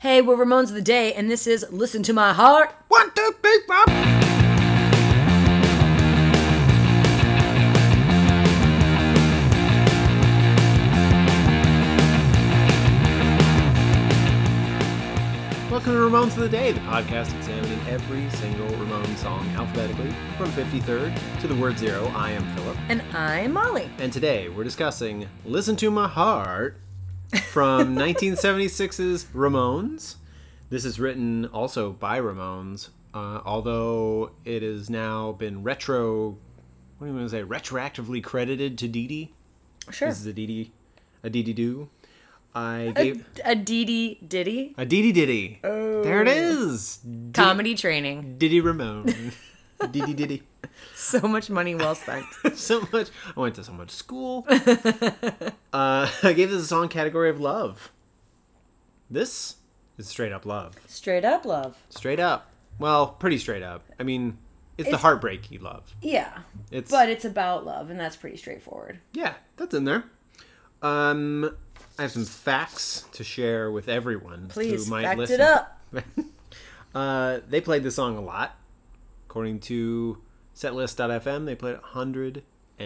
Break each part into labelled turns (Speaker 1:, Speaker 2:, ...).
Speaker 1: Hey, we're Ramones of the Day, and this is Listen to My Heart.
Speaker 2: One, two, three, four. Welcome to Ramones of the Day, the podcast examining every single Ramones song alphabetically from 53rd to the word zero. I am Philip.
Speaker 1: And I'm Molly.
Speaker 2: And today we're discussing Listen to My Heart from 1976's Ramones. This is written also by Ramones, uh, although it has now been retro. What do you want to say? Retroactively credited to Dee Dee.
Speaker 1: Sure.
Speaker 2: This is a Dee Dee, a Dee Dee Doo. I gave
Speaker 1: A Dee Dee Diddy
Speaker 2: a Dee Dee Diddy. Oh. There it is.
Speaker 1: comedy training.
Speaker 2: Diddy Ramone. Dee Dee Diddy.
Speaker 1: So much money well spent.
Speaker 2: so much. I went to so much school. uh, I gave this a song category of love. This is straight up love.
Speaker 1: Straight up love.
Speaker 2: Straight up. Well, pretty straight up. I mean, it's, the
Speaker 1: It's-
Speaker 2: heartbreaky love.
Speaker 1: Yeah.
Speaker 2: It's
Speaker 1: But it's about love, and that's pretty straightforward.
Speaker 2: yeah, that's in there. Um, I have some facts to share with everyone
Speaker 1: Please,
Speaker 2: who might
Speaker 1: fact
Speaker 2: listen.
Speaker 1: it up.
Speaker 2: uh, they played this song a lot. According to setlist.fm, they played it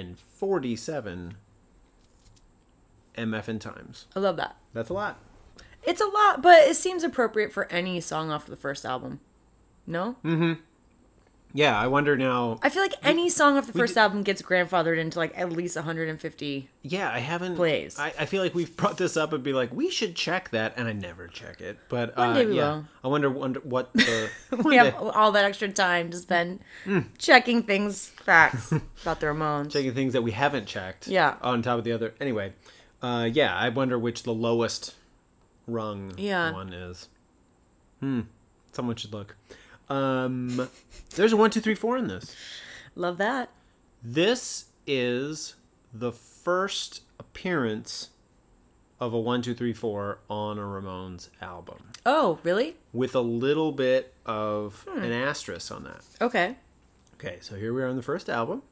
Speaker 2: 147 MF and times.
Speaker 1: I love that.
Speaker 2: That's a lot.
Speaker 1: It's a lot, but it seems appropriate for any song off the first album. No?
Speaker 2: Hmm. Yeah, I wonder now.
Speaker 1: I feel like any song off the first
Speaker 2: did-
Speaker 1: album gets grandfathered into like at least 150.
Speaker 2: Yeah, I haven't.
Speaker 1: Plays.
Speaker 2: I, I feel like we've brought this up and be like, we should check that, and I never check it. But uh,
Speaker 1: day we
Speaker 2: yeah,
Speaker 1: will.
Speaker 2: I wonder, wonder what the. one
Speaker 1: We have
Speaker 2: day. Hmm.
Speaker 1: all that extra time to spend checking things, facts about the Ramones.
Speaker 2: Taking things that we haven't checked.
Speaker 1: Yeah.
Speaker 2: On top of the other. Anyway, uh, yeah, I wonder which the lowest rung
Speaker 1: Yeah.
Speaker 2: one is. Hmm. Someone should look. Um, there's a one, two, three, four in this.
Speaker 1: Love that.
Speaker 2: This is the first appearance of a one, two, three, four on a Ramones album.
Speaker 1: Oh, really?
Speaker 2: with a little bit of
Speaker 1: Hmm.
Speaker 2: an asterisk on that.
Speaker 1: Okay.
Speaker 2: Okay, so here we are on the first album.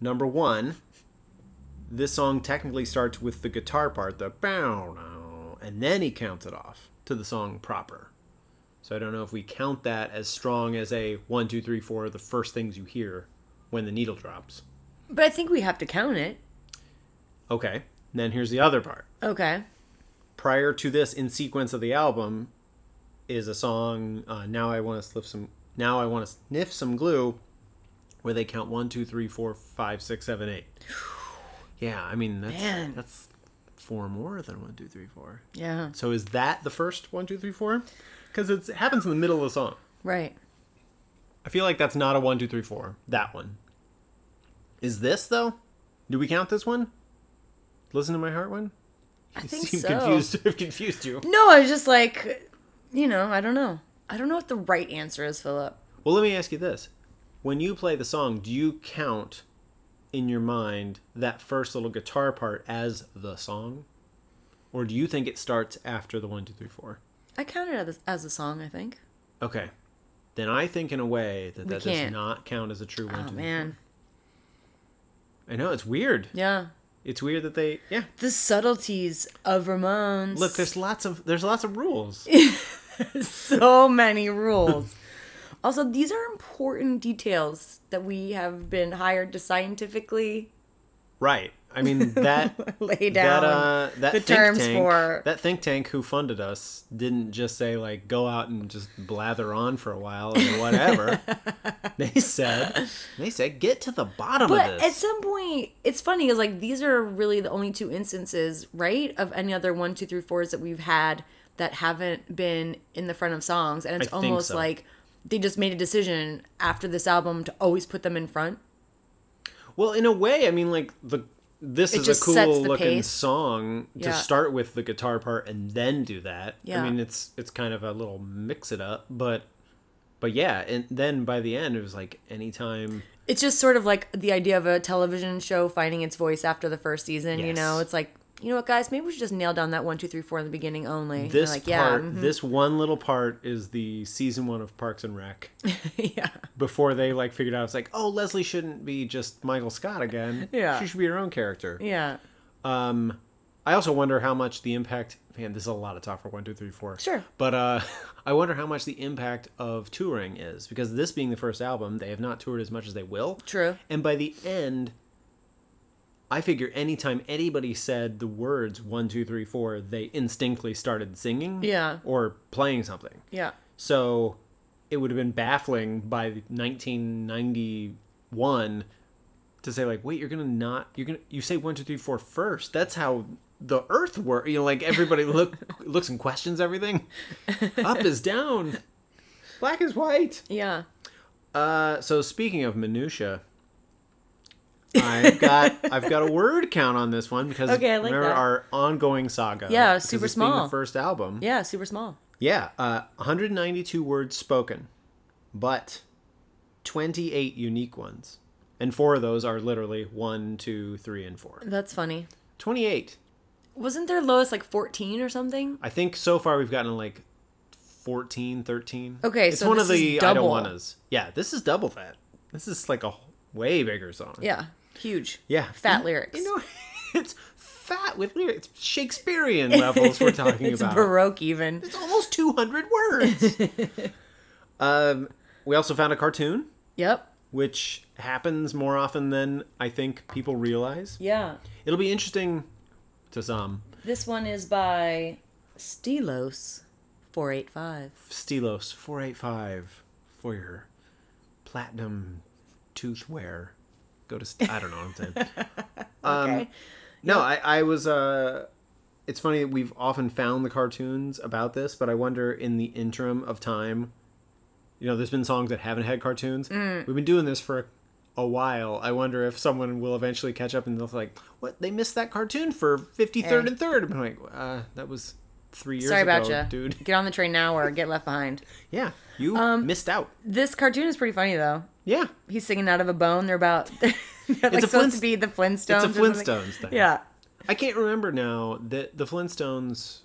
Speaker 2: Number one, this song technically starts with the guitar part, the bow, now, and then he counts it off to the song proper. So I don't know if we count that as strong as a one, two, three, four, the first things you hear when the needle drops.
Speaker 1: But I think we have to count it.
Speaker 2: Okay, then here's the other part.
Speaker 1: Okay.
Speaker 2: prior to this in sequence of the album is a song uh, now i want to sniff some now i want to sniff some glue where they count one two three four five six seven eight yeah i mean that's
Speaker 1: Man.
Speaker 2: that's four more than one two three four
Speaker 1: Yeah.
Speaker 2: so is that the first one two three four because it happens in the middle of the song
Speaker 1: Right.
Speaker 2: i feel like that's not a one two three four that one is this though do we count this one listen to my heart one
Speaker 1: I
Speaker 2: you
Speaker 1: think
Speaker 2: seem
Speaker 1: so.
Speaker 2: confused i've confused you
Speaker 1: No, I was just like, you know, I don't know. I don't know what the right answer is, Philip.
Speaker 2: Well, let me ask you this. When you play the song, do you count in your mind that first little guitar part as the song? Or do you think it starts after the one, two, three, four?
Speaker 1: I count it as, as a song, I think.
Speaker 2: Okay. Then I think in a way that that does
Speaker 1: can't.
Speaker 2: not count as a true one.
Speaker 1: Oh,
Speaker 2: two, three,
Speaker 1: man.
Speaker 2: four. I know, it's weird.
Speaker 1: Yeah.
Speaker 2: It's weird that they, yeah.
Speaker 1: The subtleties of Ramones.
Speaker 2: Look, there's lots of there's lots of rules.
Speaker 1: so many rules. also, these are important details that we have been hired to scientifically
Speaker 2: right. I mean that
Speaker 1: lay down.
Speaker 2: that, uh, that
Speaker 1: the
Speaker 2: think
Speaker 1: terms
Speaker 2: tank,
Speaker 1: for-
Speaker 2: that think tank who funded us didn't just say like go out and just blather on for a while or whatever. they said they said get to the bottom of
Speaker 1: But at
Speaker 2: this.
Speaker 1: some point, it's funny because like these are really the only two instances, right, of any other one, two, three, fours that we've had that haven't been in the front of songs, and it's
Speaker 2: I think
Speaker 1: almost
Speaker 2: so.
Speaker 1: like they just made a decision after this album to always put them in front.
Speaker 2: Well, in a way, I mean like the this
Speaker 1: It
Speaker 2: is a
Speaker 1: just sets the
Speaker 2: cool looking
Speaker 1: pace.
Speaker 2: song to
Speaker 1: Yeah.
Speaker 2: start with the guitar part and then do that.
Speaker 1: Yeah.
Speaker 2: I mean it's it's kind of a little mix it up, but but yeah, and then by the end it was like anytime
Speaker 1: It's just sort of like the idea of a television show finding its voice after the first season. You
Speaker 2: Yes.
Speaker 1: know, it's like you know what, guys, maybe we should just nail down that one, two, three, four in the beginning only. And they're
Speaker 2: this
Speaker 1: like,
Speaker 2: part,
Speaker 1: mhm.
Speaker 2: this one little part is the season one of Parks and Rec.
Speaker 1: yeah,
Speaker 2: Before they like figured out, it's like, oh, Leslie shouldn't be just Michael Scott again.
Speaker 1: Yeah.
Speaker 2: she should be her own character.
Speaker 1: yeah.
Speaker 2: I also wonder how much the impact. Man, this is a lot of talk for one, two, three, four.
Speaker 1: Sure.
Speaker 2: But uh, I wonder how much the impact of touring is because this being the first album, they have not toured as much as they will.
Speaker 1: True.
Speaker 2: And by the end, I figure anytime anybody said the words one, two, three, four, they instinctively started singing.
Speaker 1: Yeah.
Speaker 2: Or playing something.
Speaker 1: Yeah.
Speaker 2: So it would have been baffling by 1991 to say like, wait, you're gonna not, you're gonna, you say one, two, three, four first. That's how the Earth works. You know, like everybody look looks and questions everything. Up is down, black is white.
Speaker 1: Yeah.
Speaker 2: Uh, so speaking of minutia, I've got I've got a word count on this one because
Speaker 1: Okay, I like
Speaker 2: remember
Speaker 1: that.
Speaker 2: our ongoing saga.
Speaker 1: Yeah,
Speaker 2: because
Speaker 1: super
Speaker 2: this being
Speaker 1: small.
Speaker 2: the first album.
Speaker 1: Yeah. Super small.
Speaker 2: Yeah, uh, 192 words spoken, but 28 unique ones. And four of those are literally one, two, three, and four.
Speaker 1: That's funny.
Speaker 2: 28.
Speaker 1: Wasn't their lowest like 14 or something?
Speaker 2: I think so far we've gotten like 14, 13.
Speaker 1: Okay,
Speaker 2: it's
Speaker 1: so
Speaker 2: one
Speaker 1: this
Speaker 2: of the
Speaker 1: is
Speaker 2: I don't
Speaker 1: double.
Speaker 2: wanna's. Yeah, this is double that. This is like a wh- way bigger song.
Speaker 1: Yeah. Huge.
Speaker 2: Yeah.
Speaker 1: Fat
Speaker 2: You-
Speaker 1: lyrics.
Speaker 2: You know, it's fat with lyrics. It's Shakespearean levels we're talking
Speaker 1: it's
Speaker 2: about.
Speaker 1: baroque even.
Speaker 2: It's almost 200 words. um, we also found a cartoon,
Speaker 1: Yep.
Speaker 2: which happens more often than I think people realize.
Speaker 1: Yeah.
Speaker 2: It'll be interesting to some.
Speaker 1: This one is by Stelos 485.
Speaker 2: Stelos 485 for your platinum tooth wear. Go to, st- I don't know what I'm saying. Um,
Speaker 1: okay.
Speaker 2: No, I, I was. Uh, it's funny that we've often found the cartoons about this, but I wonder in the interim of time, you know, there's been songs that haven't had cartoons.
Speaker 1: Mm.
Speaker 2: We've been doing this for a while. I wonder if someone will eventually catch up and they'll be like, "What? They missed that cartoon for 53rd
Speaker 1: Hey.
Speaker 2: and 3rd." I'm like, uh, "That was three years
Speaker 1: Sorry
Speaker 2: ago,
Speaker 1: about you.
Speaker 2: dude."
Speaker 1: Get on the train now or get left behind.
Speaker 2: Yeah, you
Speaker 1: Um,
Speaker 2: missed out.
Speaker 1: This cartoon is pretty funny though.
Speaker 2: Yeah,
Speaker 1: He's singing out of a bone. They're about. They're like
Speaker 2: a
Speaker 1: supposed
Speaker 2: Flintst-
Speaker 1: to be the Flintstones.
Speaker 2: it's a
Speaker 1: or something.
Speaker 2: Flintstones thing.
Speaker 1: Yeah.
Speaker 2: I can't remember now that the Flintstones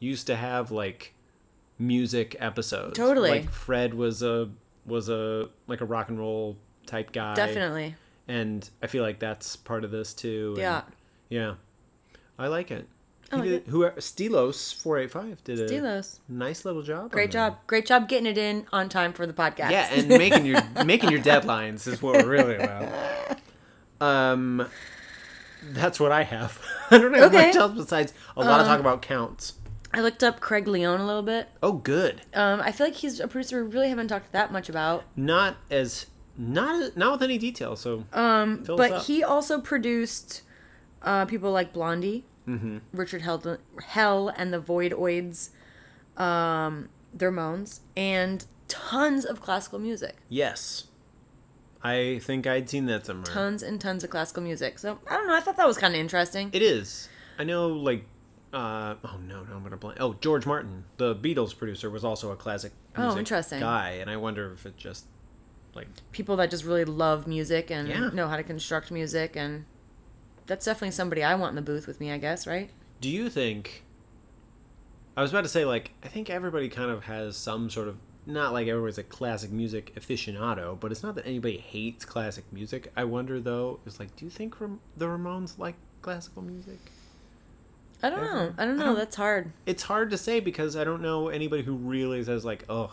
Speaker 2: used to have like music episodes.
Speaker 1: Totally.
Speaker 2: Like Fred was a was a like a rock and roll type guy.
Speaker 1: Definitely.
Speaker 2: And I feel like that's part of this too. and-
Speaker 1: Yeah.
Speaker 2: Yeah. I like it.
Speaker 1: I
Speaker 2: He
Speaker 1: like
Speaker 2: did- Whoever Stelos four eight five did a
Speaker 1: Stelos.
Speaker 2: nice little job. on
Speaker 1: Great
Speaker 2: that.
Speaker 1: job. Great job getting it in on time for the podcast.
Speaker 2: Yeah, and making your making your deadlines is what we're really about. Um, that's what I have. I don't have
Speaker 1: Okay. Um,
Speaker 2: much else besides a lot of talk about counts.
Speaker 1: I looked up Craig Leon a little bit.
Speaker 2: Oh, good.
Speaker 1: Um, I feel like he's a producer we really haven't talked that much about.
Speaker 2: Not as not not with any detail. So um,
Speaker 1: But he also produced uh, people like Blondie,
Speaker 2: Mm-hmm.
Speaker 1: Richard Hell, Hell and the Voidoids, um, their moans, and tons of classical music.
Speaker 2: yes, I think I'd seen that somewhere.
Speaker 1: Tons and tons of classical music. So I don't know. I thought that was kind of interesting.
Speaker 2: It is. I know, like, uh, oh no, no, I'm gonna blank. Oh, George Martin, the Beatles producer, was also a classic
Speaker 1: Oh,
Speaker 2: music
Speaker 1: interesting.
Speaker 2: guy, and I wonder if it just like
Speaker 1: People that just really love music and
Speaker 2: Yeah.
Speaker 1: know how to construct music, and that's definitely somebody I want in the booth with me. I guess right.
Speaker 2: Do you think? I was about to say, like, I think everybody kind of has some sort of not like everybody's a classic music aficionado, but it's not that anybody hates classic music. I wonder though, is like, do you think Ram- the Ramones like classical music?
Speaker 1: I don't know. I don't know. That's hard.
Speaker 2: It's hard to say because I don't know anybody who really says like, oh,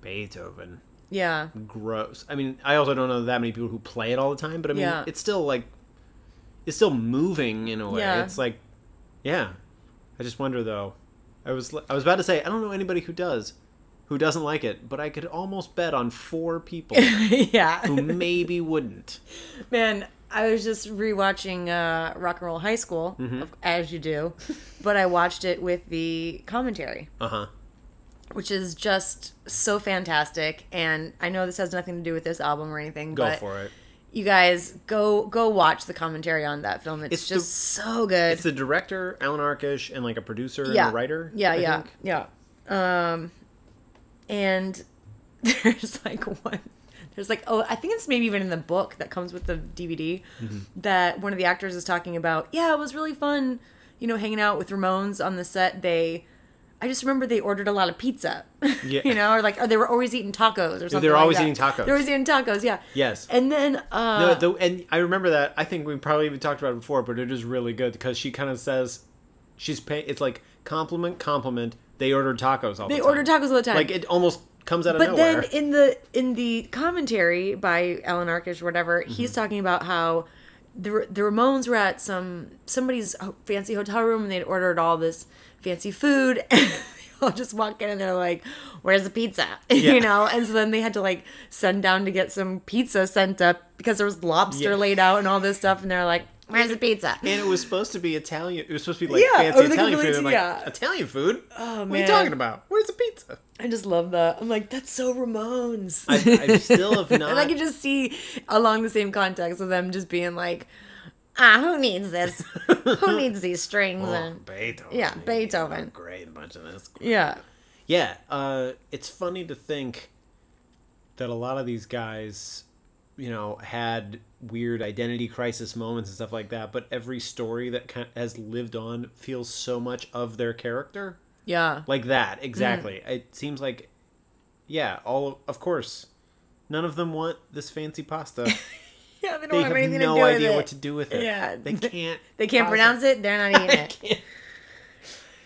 Speaker 2: Beethoven,
Speaker 1: Yeah.
Speaker 2: gross. I mean, I also don't know that many people who play it all the time, but I mean,
Speaker 1: Yeah.
Speaker 2: it's still like, it's still moving in a way.
Speaker 1: Yeah.
Speaker 2: It's like, yeah. I just wonder though. I was I was about to say I don't know anybody who does, who doesn't like it, but I could almost bet on four people
Speaker 1: yeah.
Speaker 2: who maybe wouldn't.
Speaker 1: Man, I was just rewatching uh, Rock and Roll High School,
Speaker 2: Mm-hmm.
Speaker 1: of- as you do, but I watched it with the commentary,
Speaker 2: Uh huh.
Speaker 1: which is just so fantastic. And I know this has nothing to do with this album or anything,
Speaker 2: Go
Speaker 1: but
Speaker 2: for it.
Speaker 1: you guys go go watch the commentary on that film. It's,
Speaker 2: It's the-
Speaker 1: just so good.
Speaker 2: It's the director Alan Arkish and like a producer
Speaker 1: yeah,
Speaker 2: and a writer.
Speaker 1: Yeah,
Speaker 2: I
Speaker 1: yeah,
Speaker 2: think.
Speaker 1: yeah. Um, and there's like one. There's like oh, I think it's maybe even in the book that comes with the DVD
Speaker 2: Mm-hmm.
Speaker 1: that one of the actors is talking about. Yeah, it was really fun, you know, hanging out with Ramones on the set. They I just remember they ordered a lot of pizza.
Speaker 2: Yeah.
Speaker 1: you know, or like, or they were always eating tacos or something.
Speaker 2: they're
Speaker 1: like
Speaker 2: always
Speaker 1: that.
Speaker 2: eating tacos.
Speaker 1: They're always eating tacos. Yeah.
Speaker 2: Yes.
Speaker 1: And then, uh,
Speaker 2: No, the, and I remember that. I think we probably even talked about it before, but it is really good because she kind of says, she's paying. It's like compliment, compliment. They ordered tacos all the time.
Speaker 1: they ordered tacos all the time.
Speaker 2: Like it almost comes out of
Speaker 1: but
Speaker 2: nowhere.
Speaker 1: then in the in the commentary by Alan Arkish or whatever,
Speaker 2: Mm-hmm.
Speaker 1: he's talking about how the the Ramones were at some somebody's ho- fancy hotel room and they'd ordered all this fancy food and they all just walk in and they're like, "Where's the pizza?"
Speaker 2: Yeah.
Speaker 1: you know. And so then they had to like send down to get some pizza sent up because there was lobster
Speaker 2: Yeah.
Speaker 1: laid out and all this stuff, and they're like, "Where's the pizza?"
Speaker 2: and it was supposed to be Italian. It was supposed to be like
Speaker 1: Yeah,
Speaker 2: fancy
Speaker 1: or they
Speaker 2: Italian
Speaker 1: completely-
Speaker 2: food. I'm like,
Speaker 1: yeah.
Speaker 2: Italian food?
Speaker 1: Oh,
Speaker 2: what are you
Speaker 1: man.
Speaker 2: talking about? Where's the pizza?
Speaker 1: I just love that. I'm like, that's so Ramones.
Speaker 2: I- I still have not-
Speaker 1: and I can just see along the same context of them just being like, ah, who needs this? who needs these strings?
Speaker 2: Oh,
Speaker 1: and
Speaker 2: Beethoven.
Speaker 1: yeah,
Speaker 2: He
Speaker 1: Beethoven.
Speaker 2: wrote a Great bunch of this.
Speaker 1: yeah,
Speaker 2: Yeah, uh, it's funny to think that a lot of these guys, you know, had weird identity crisis moments and stuff like that. But every story that ki- has lived on feels so much of their character,
Speaker 1: yeah,
Speaker 2: like that exactly.
Speaker 1: Mm.
Speaker 2: It seems like, yeah, all of course, none of them want this fancy pasta.
Speaker 1: yeah. They don't
Speaker 2: They
Speaker 1: have
Speaker 2: have
Speaker 1: anything
Speaker 2: no
Speaker 1: to do
Speaker 2: idea
Speaker 1: with
Speaker 2: what
Speaker 1: it.
Speaker 2: to do with it.
Speaker 1: Yeah.
Speaker 2: they can't.
Speaker 1: They can't pronounce it. They're not eating it.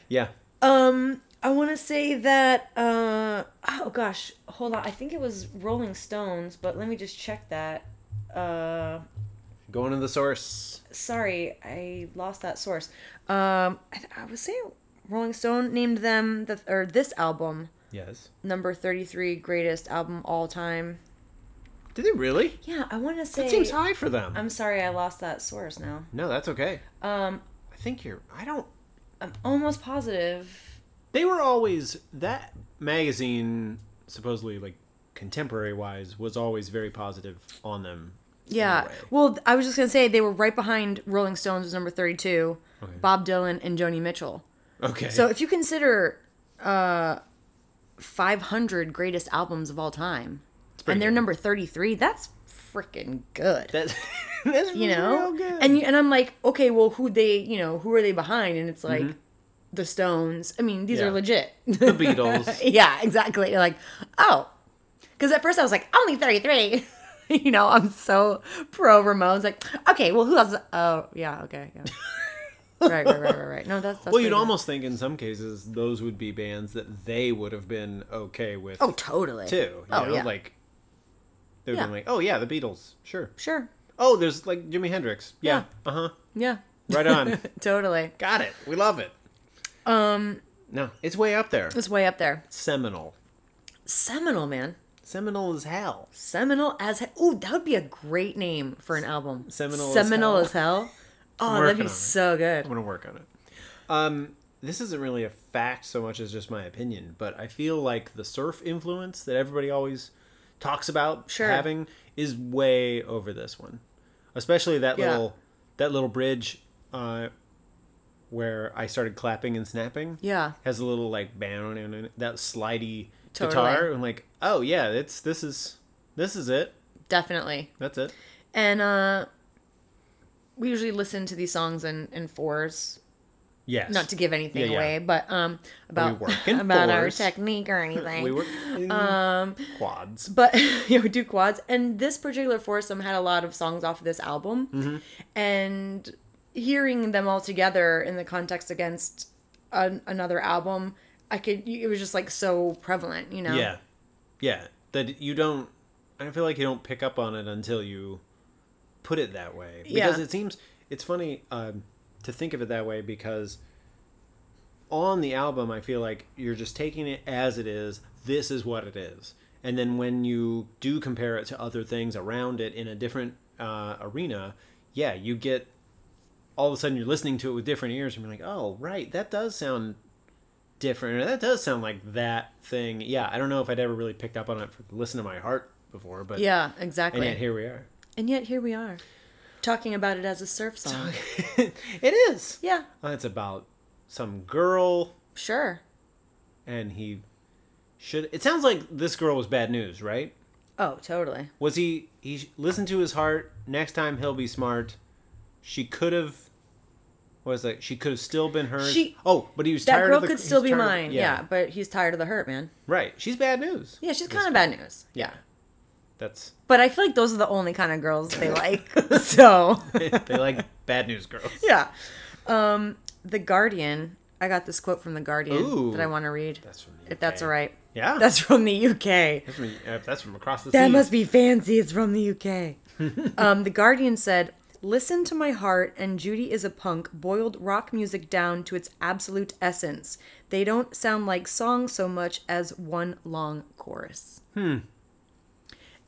Speaker 2: Yeah,
Speaker 1: Um, I want to say that. Uh, oh gosh, hold on. I think it was Rolling Stones, but let me just check that. Uh.
Speaker 2: going to the source.
Speaker 1: sorry, I lost that source. Um, I, th- I was saying Rolling Stone named them the or this album
Speaker 2: Yes.
Speaker 1: number thirty three greatest album all time.
Speaker 2: Did they really?
Speaker 1: Yeah, I want to say.
Speaker 2: That seems high for them.
Speaker 1: I'm sorry, I lost that source now.
Speaker 2: No, that's okay.
Speaker 1: Um,
Speaker 2: I think you're. I don't.
Speaker 1: I'm almost positive.
Speaker 2: They were always that magazine, supposedly like contemporary wise, was always very positive on them.
Speaker 1: Yeah.
Speaker 2: way.
Speaker 1: Well, th- I was just gonna say they were right behind Rolling Stones was number thirty two,
Speaker 2: Okay.
Speaker 1: Bob Dylan and Joni Mitchell.
Speaker 2: Okay.
Speaker 1: So if you consider uh, 500 greatest albums of all time,
Speaker 2: pretty
Speaker 1: and they're
Speaker 2: good.
Speaker 1: number 33, that's freaking good.
Speaker 2: that's that's
Speaker 1: you know,
Speaker 2: real good.
Speaker 1: and you, and I'm like, okay, well, who they, you know, who are they behind? And it's like the Stones. I mean, these
Speaker 2: Mm-hmm. Yeah.
Speaker 1: are legit.
Speaker 2: the Beatles.
Speaker 1: yeah, exactly. You're like, oh, because at first I was like, only 33. you know, I'm so pro Ramones. Like, okay, well, who else? Oh, yeah, okay, yeah. right, right, right, right, right. No, that's, that's
Speaker 2: Well,
Speaker 1: pretty
Speaker 2: you'd
Speaker 1: good.
Speaker 2: almost think in some cases those would be bands that they would have been okay with
Speaker 1: Oh, totally.
Speaker 2: too. You
Speaker 1: oh,
Speaker 2: know?
Speaker 1: yeah.
Speaker 2: Like they'd
Speaker 1: Yeah.
Speaker 2: been like, oh yeah, the Beatles, sure.
Speaker 1: sure.
Speaker 2: Oh, there's like Jimi Hendrix. Yeah. Uh huh.
Speaker 1: Yeah.
Speaker 2: Right on.
Speaker 1: totally.
Speaker 2: Got it. We love it.
Speaker 1: Um,
Speaker 2: No, it's way up there.
Speaker 1: it's way up there.
Speaker 2: Seminal.
Speaker 1: Seminal, man.
Speaker 2: Seminal is hell.
Speaker 1: Seminal as hell. Ooh, that would be a great name for an album.
Speaker 2: Seminal as
Speaker 1: Seminal
Speaker 2: hell.
Speaker 1: as hell. Oh,
Speaker 2: I'm
Speaker 1: that'd
Speaker 2: working
Speaker 1: be
Speaker 2: on it.
Speaker 1: so good.
Speaker 2: I'm gonna work on it. Um, this isn't really a fact so much as just my opinion, but I feel like the surf influence that everybody always talks about
Speaker 1: Sure.
Speaker 2: having is way over this one, especially that
Speaker 1: Yeah.
Speaker 2: little that little bridge uh, where I started clapping and snapping.
Speaker 1: Yeah.
Speaker 2: has a little like bam and and that slidey
Speaker 1: Totally.
Speaker 2: guitar. and like, oh yeah, it's this is this is it.
Speaker 1: Definitely.
Speaker 2: That's it.
Speaker 1: And uh we usually listen to these songs in, in fours.
Speaker 2: Yes.
Speaker 1: Not to give anything
Speaker 2: Yeah, yeah.
Speaker 1: away, but um about
Speaker 2: work in
Speaker 1: about our
Speaker 2: fours?
Speaker 1: technique or anything.
Speaker 2: we were in
Speaker 1: um
Speaker 2: quads.
Speaker 1: but you know, we do quads. And this particular foursome had a lot of songs off of this album,
Speaker 2: Mm-hmm.
Speaker 1: and hearing them all together in the context against an, another album, I could. It was just like so prevalent, you know.
Speaker 2: Yeah. Yeah. That you don't I feel like you don't pick up on it until you put it that way. Because
Speaker 1: Yeah.
Speaker 2: it seems it's funny um, to think of it that way because on the album I feel like you're just taking it as it is. This is what it is. And then when you do compare it to other things around it in a different uh, arena, yeah, you get all of a sudden you're listening to it with different ears and you're like, oh, right, that does sound different. Or that does sound like that thing. Yeah, I don't know if I'd ever really picked up on it for Listen to My Heart before, but
Speaker 1: Yeah,
Speaker 2: and
Speaker 1: exactly.
Speaker 2: yet here we are.
Speaker 1: here we are, talking about it as a surf song.
Speaker 2: it is.
Speaker 1: yeah,
Speaker 2: Uh, It's about some girl
Speaker 1: sure.
Speaker 2: and he should. It sounds like this girl was bad news, right?
Speaker 1: Oh, totally.
Speaker 2: Was he. He listened to his heart. Next time he'll be smart. She could have What is that? She could have still been hers.
Speaker 1: She-
Speaker 2: oh, but he was
Speaker 1: That
Speaker 2: tired
Speaker 1: girl
Speaker 2: of the.
Speaker 1: could
Speaker 2: he's
Speaker 1: still be
Speaker 2: tired of-
Speaker 1: mine. yeah. but he's tired of the hurt, man.
Speaker 2: right. She's bad news.
Speaker 1: Yeah, she's kind of bad news.
Speaker 2: Yeah, that's
Speaker 1: But I feel like those are the only kind of girls they like. so,
Speaker 2: they like bad news girls.
Speaker 1: yeah. Um, the Guardian. I got this quote from the Guardian
Speaker 2: Ooh. Ah.
Speaker 1: that I want to read.
Speaker 2: That's from the
Speaker 1: if that's
Speaker 2: UK.
Speaker 1: all right.
Speaker 2: Yeah,
Speaker 1: That's from the UK.
Speaker 2: that's from, uh, that's from across the
Speaker 1: That
Speaker 2: sea.
Speaker 1: must be fancy. It's from the UK. um, the Guardian said, Listen to my heart, and Judy is a punk, boiled rock music down to its absolute essence. They don't sound like songs so much as one long chorus. Hmm.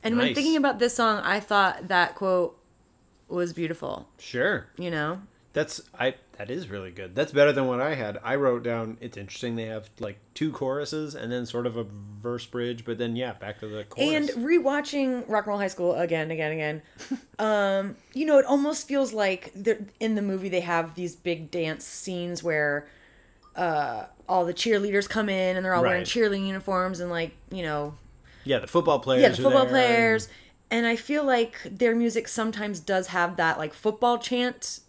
Speaker 1: And when
Speaker 2: Nice.
Speaker 1: thinking about this song, I thought that quote was beautiful,
Speaker 2: sure.
Speaker 1: you know?
Speaker 2: That's I. That is really good. That's better than what I had. I wrote down. It's interesting. They have like two choruses and then sort of a verse bridge, but then yeah, back to the chorus.
Speaker 1: And rewatching Rock and Roll High School again, again, again, um, you know, it almost feels like they're- in the movie they have these big dance scenes where uh, all the cheerleaders come in and they're all wearing
Speaker 2: Right.
Speaker 1: cheerleading uniforms and like you know,
Speaker 2: yeah, the football players.
Speaker 1: yeah, the
Speaker 2: are
Speaker 1: football
Speaker 2: there and-
Speaker 1: players. And I feel like their music sometimes does have that like football chant,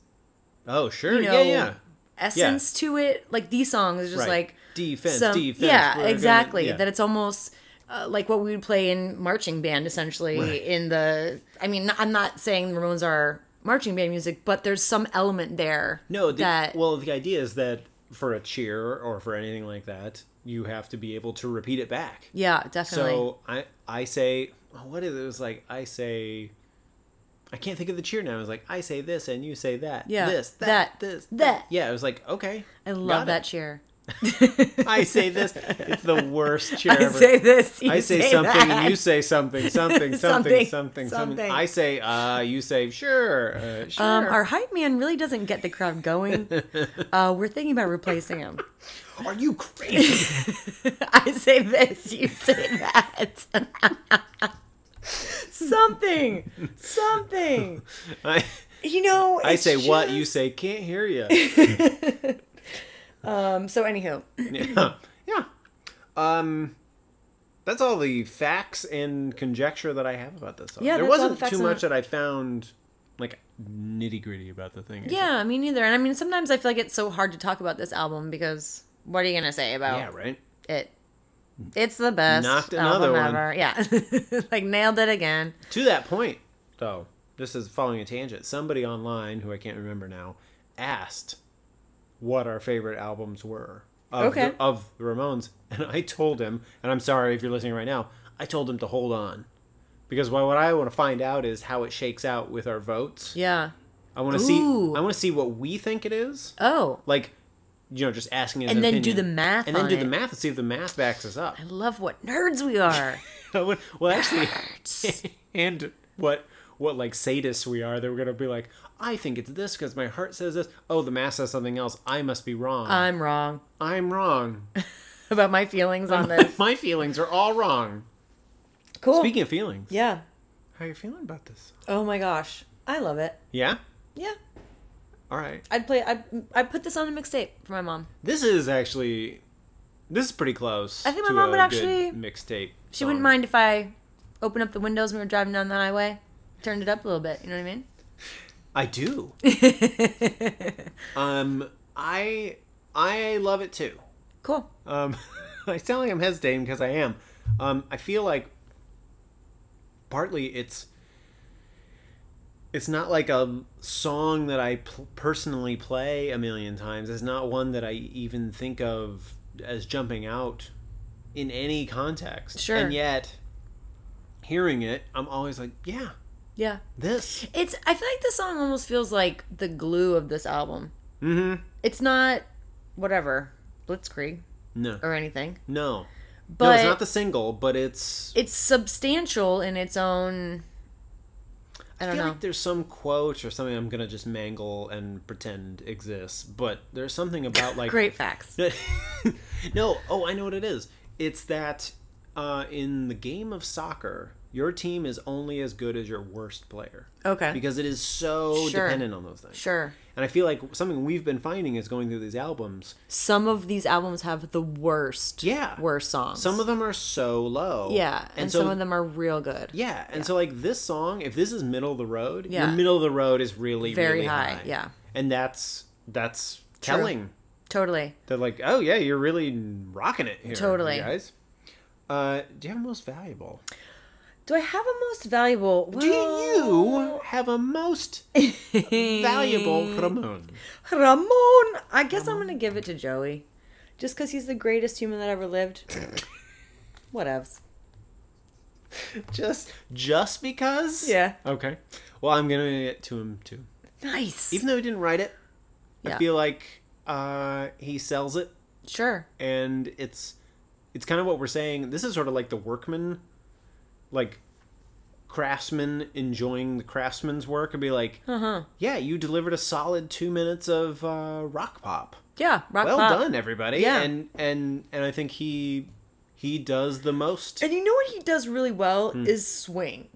Speaker 2: oh sure.
Speaker 1: you know,
Speaker 2: yeah, yeah.
Speaker 1: essence to it. Like these songs is just
Speaker 2: Right.
Speaker 1: like
Speaker 2: defense,
Speaker 1: some-
Speaker 2: defense.
Speaker 1: Yeah,
Speaker 2: we're gonna-
Speaker 1: exactly.
Speaker 2: yeah.
Speaker 1: That it's almost uh, like what we would play in marching band, essentially. In the, I mean, not- I'm not saying the Ramones are marching band music, but there's some element there.
Speaker 2: No, the,
Speaker 1: that
Speaker 2: well, the idea is that for a cheer or for anything like that, you have to be able to repeat it back.
Speaker 1: yeah, definitely.
Speaker 2: So I I say oh, what is it? It was like I say I can't think of the cheer now. It was like I say this and you say that.
Speaker 1: Yeah,
Speaker 2: This, that,
Speaker 1: that,
Speaker 2: this,
Speaker 1: that.
Speaker 2: Yeah, it was like okay.
Speaker 1: I
Speaker 2: got
Speaker 1: love
Speaker 2: it.
Speaker 1: that cheer.
Speaker 2: I say this. It's the worst cheer
Speaker 1: I
Speaker 2: ever.
Speaker 1: say this. You
Speaker 2: I say, something and you say something, something, something, something,
Speaker 1: Something,
Speaker 2: something,
Speaker 1: something.
Speaker 2: I say, uh, you say, sure, uh, sure.
Speaker 1: Um, our hype man really doesn't get the crowd going. Uh, we're thinking about replacing him.
Speaker 2: Are you crazy?
Speaker 1: I say this, you say that. something, something.
Speaker 2: I,
Speaker 1: You know,
Speaker 2: I
Speaker 1: it's
Speaker 2: say what,
Speaker 1: just-
Speaker 2: you say can't hear you.
Speaker 1: Um, so anywho,
Speaker 2: yeah. yeah. Um, that's all the facts and conjecture that I have about this. Song.
Speaker 1: Yeah,
Speaker 2: there
Speaker 1: that's all the
Speaker 2: wasn't
Speaker 1: facts
Speaker 2: too
Speaker 1: and-
Speaker 2: much that I found like nitty gritty about the thing.
Speaker 1: yeah, me neither. And I mean, sometimes I feel like it's so hard to talk about this album because what are you gonna say about
Speaker 2: yeah, right.
Speaker 1: it? It's the best
Speaker 2: Knocked
Speaker 1: album
Speaker 2: another one.
Speaker 1: ever. Yeah, like nailed it again.
Speaker 2: To that point, though, this is following a tangent. Somebody online who I can't remember now asked what our favorite albums were of,
Speaker 1: Okay.
Speaker 2: the, of the Ramones, and I told him, and I'm sorry if you're listening right now, I told him to hold on. Because why- what I want to find out is how it shakes out with our votes.
Speaker 1: Yeah.
Speaker 2: I want to see.
Speaker 1: Ooh.
Speaker 2: I want to see what we think it is.
Speaker 1: Oh,
Speaker 2: Like, you know, just asking. As
Speaker 1: And
Speaker 2: an
Speaker 1: then do
Speaker 2: opinion.
Speaker 1: the math
Speaker 2: And then
Speaker 1: on
Speaker 2: do
Speaker 1: it.
Speaker 2: the math and see if the math backs us up.
Speaker 1: I love what nerds we are.
Speaker 2: well, actually, and what what like sadists we are? They're gonna be like, I think it's this because my heart says this. Oh, the math says something else. I must be wrong.
Speaker 1: I'm wrong
Speaker 2: I'm wrong.
Speaker 1: about my feelings on this.
Speaker 2: my feelings are all wrong.
Speaker 1: Cool.
Speaker 2: Speaking of feelings,
Speaker 1: yeah.
Speaker 2: how you feeling about this?
Speaker 1: Oh my gosh, I love it.
Speaker 2: Yeah.
Speaker 1: Yeah.
Speaker 2: All right.
Speaker 1: I'd play. I'd, I'd put this on a mixtape for my mom.
Speaker 2: This is actually this is pretty close.
Speaker 1: I think my
Speaker 2: to
Speaker 1: mom
Speaker 2: a
Speaker 1: would
Speaker 2: good
Speaker 1: actually-
Speaker 2: mixtape.
Speaker 1: She wouldn't
Speaker 2: song.
Speaker 1: mind if I opened up the windows when we were driving down the highway, turned it up a little bit. You know what I mean?
Speaker 2: I do. um, I I love it too.
Speaker 1: Cool.
Speaker 2: Um, I sound like I'm hesitating because I am. Um, I feel like partly it's it's not like a song that I p- personally play a million times. It's not one that I even think of as jumping out in any context.
Speaker 1: Sure.
Speaker 2: And yet, hearing it, I'm always like, yeah,
Speaker 1: Yeah.
Speaker 2: this.
Speaker 1: It's. I feel like this song almost feels like the glue of this album.
Speaker 2: Mm-hmm.
Speaker 1: It's not whatever Blitzkrieg
Speaker 2: No,
Speaker 1: or anything,
Speaker 2: no,
Speaker 1: but
Speaker 2: no. It's not the single, but it's
Speaker 1: it's substantial in its own. I
Speaker 2: I
Speaker 1: don't
Speaker 2: feel
Speaker 1: know.
Speaker 2: like there's some quote or something I'm gonna just mangle and pretend exists, but there's something about like
Speaker 1: Great facts.
Speaker 2: no, oh, I know what it is. It's that uh, in the game of soccer, your team is only as good as your worst player
Speaker 1: Okay.
Speaker 2: because it is so
Speaker 1: Sure.
Speaker 2: dependent on those things.
Speaker 1: sure.
Speaker 2: And I feel like something we've been finding is going through these albums.
Speaker 1: Some of these albums have the worst.
Speaker 2: Yeah.
Speaker 1: Worst songs.
Speaker 2: Some of them are so low.
Speaker 1: Yeah, and,
Speaker 2: so
Speaker 1: some of them are real good.
Speaker 2: Yeah, and so like this song, if this is middle of the road,
Speaker 1: Yeah.
Speaker 2: your middle of the road is really
Speaker 1: Very
Speaker 2: really
Speaker 1: high,
Speaker 2: high,
Speaker 1: yeah.
Speaker 2: and that's that's
Speaker 1: True.
Speaker 2: telling.
Speaker 1: Totally.
Speaker 2: They're like, oh yeah, you're really rocking it here,
Speaker 1: Totally.
Speaker 2: you guys. Uh, do you have a most valuable?
Speaker 1: Do I have a most valuable?
Speaker 2: Do
Speaker 1: Oh.
Speaker 2: you have a most valuable Ramon?
Speaker 1: Ramon? I guess I'm gonna give it to Joey, just because he's the greatest human that ever lived. Whatevs.
Speaker 2: Just just because?
Speaker 1: Yeah.
Speaker 2: Okay. Well, I'm gonna get to him too.
Speaker 1: Nice.
Speaker 2: Even though he didn't write it, I
Speaker 1: Yeah.
Speaker 2: feel like uh, he sells it,
Speaker 1: sure.
Speaker 2: and it's it's kind of what we're saying. This is sort of like the workman, like craftsman enjoying the craftsman's work, and be like,
Speaker 1: Uh huh.
Speaker 2: yeah, you delivered a solid two minutes of uh, rock pop.
Speaker 1: Yeah. Rock
Speaker 2: well
Speaker 1: pop.
Speaker 2: done, everybody.
Speaker 1: Yeah.
Speaker 2: And and and I think he he does the most.
Speaker 1: And you know what he does really well is swing.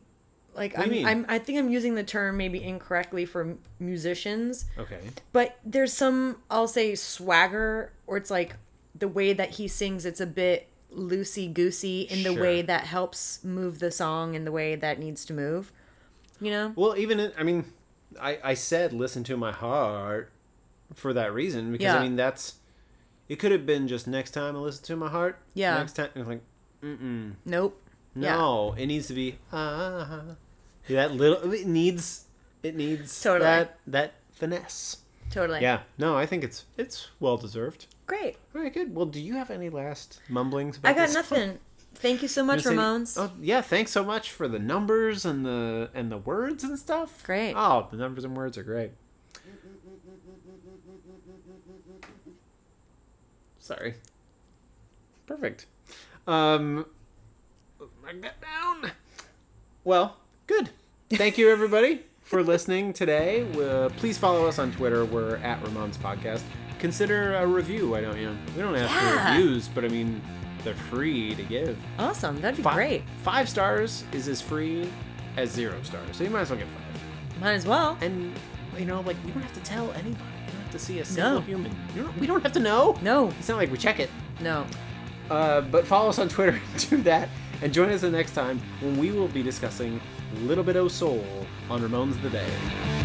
Speaker 1: Like
Speaker 2: Hmm. do
Speaker 1: I'm,
Speaker 2: you mean?
Speaker 1: I'm, I think I'm using the term maybe incorrectly for m- musicians,
Speaker 2: Okay.
Speaker 1: but there's some I'll say swagger, or it's like the way that he sings. It's a bit loosey goosey in the
Speaker 2: Sure.
Speaker 1: way that helps move the song in the way that needs to move. You know?
Speaker 2: Well, even in, I mean, I I said listen to my heart for that reason because I
Speaker 1: Yeah.
Speaker 2: mean that's it could have been just next time I listen to my heart.
Speaker 1: Yeah.
Speaker 2: Next time, and like
Speaker 1: Nope.
Speaker 2: no, it needs to be
Speaker 1: Uh-huh.
Speaker 2: ah. Yeah, that little it needs it needs
Speaker 1: Totally.
Speaker 2: that that finesse.
Speaker 1: Yeah. Totally.
Speaker 2: Yeah. No, I think it's it's well deserved.
Speaker 1: Great.
Speaker 2: All right, good. Well, do you have any last mumblings? About
Speaker 1: I got
Speaker 2: this?
Speaker 1: nothing. Thank you so much,
Speaker 2: Just any-
Speaker 1: Ramones.
Speaker 2: oh, yeah, thanks so much for the numbers and the and the words and stuff.
Speaker 1: Great.
Speaker 2: Oh, the numbers and words are great. Sorry. Perfect. Um, write that down. Well, good. Thank you, everybody, for listening today. Uh, please follow us on Twitter. We're at Ramon's Podcast. Consider a review. Why don't you? We don't have
Speaker 1: Yeah.
Speaker 2: for reviews, but I mean, they're free to give.
Speaker 1: Awesome. That'd be
Speaker 2: Fi-
Speaker 1: great.
Speaker 2: Five stars is as free as zero stars, so you might as well get five.
Speaker 1: Might as well.
Speaker 2: And you know, like you don't have to tell anybody. You don't have to see a single
Speaker 1: No.
Speaker 2: human. You don't, we don't have to know.
Speaker 1: No.
Speaker 2: It's not like we check it.
Speaker 1: No.
Speaker 2: Uh, but follow us on Twitter and do that. And join us the next time when we will be discussing Little Bit O Soul on Ramones of the Day.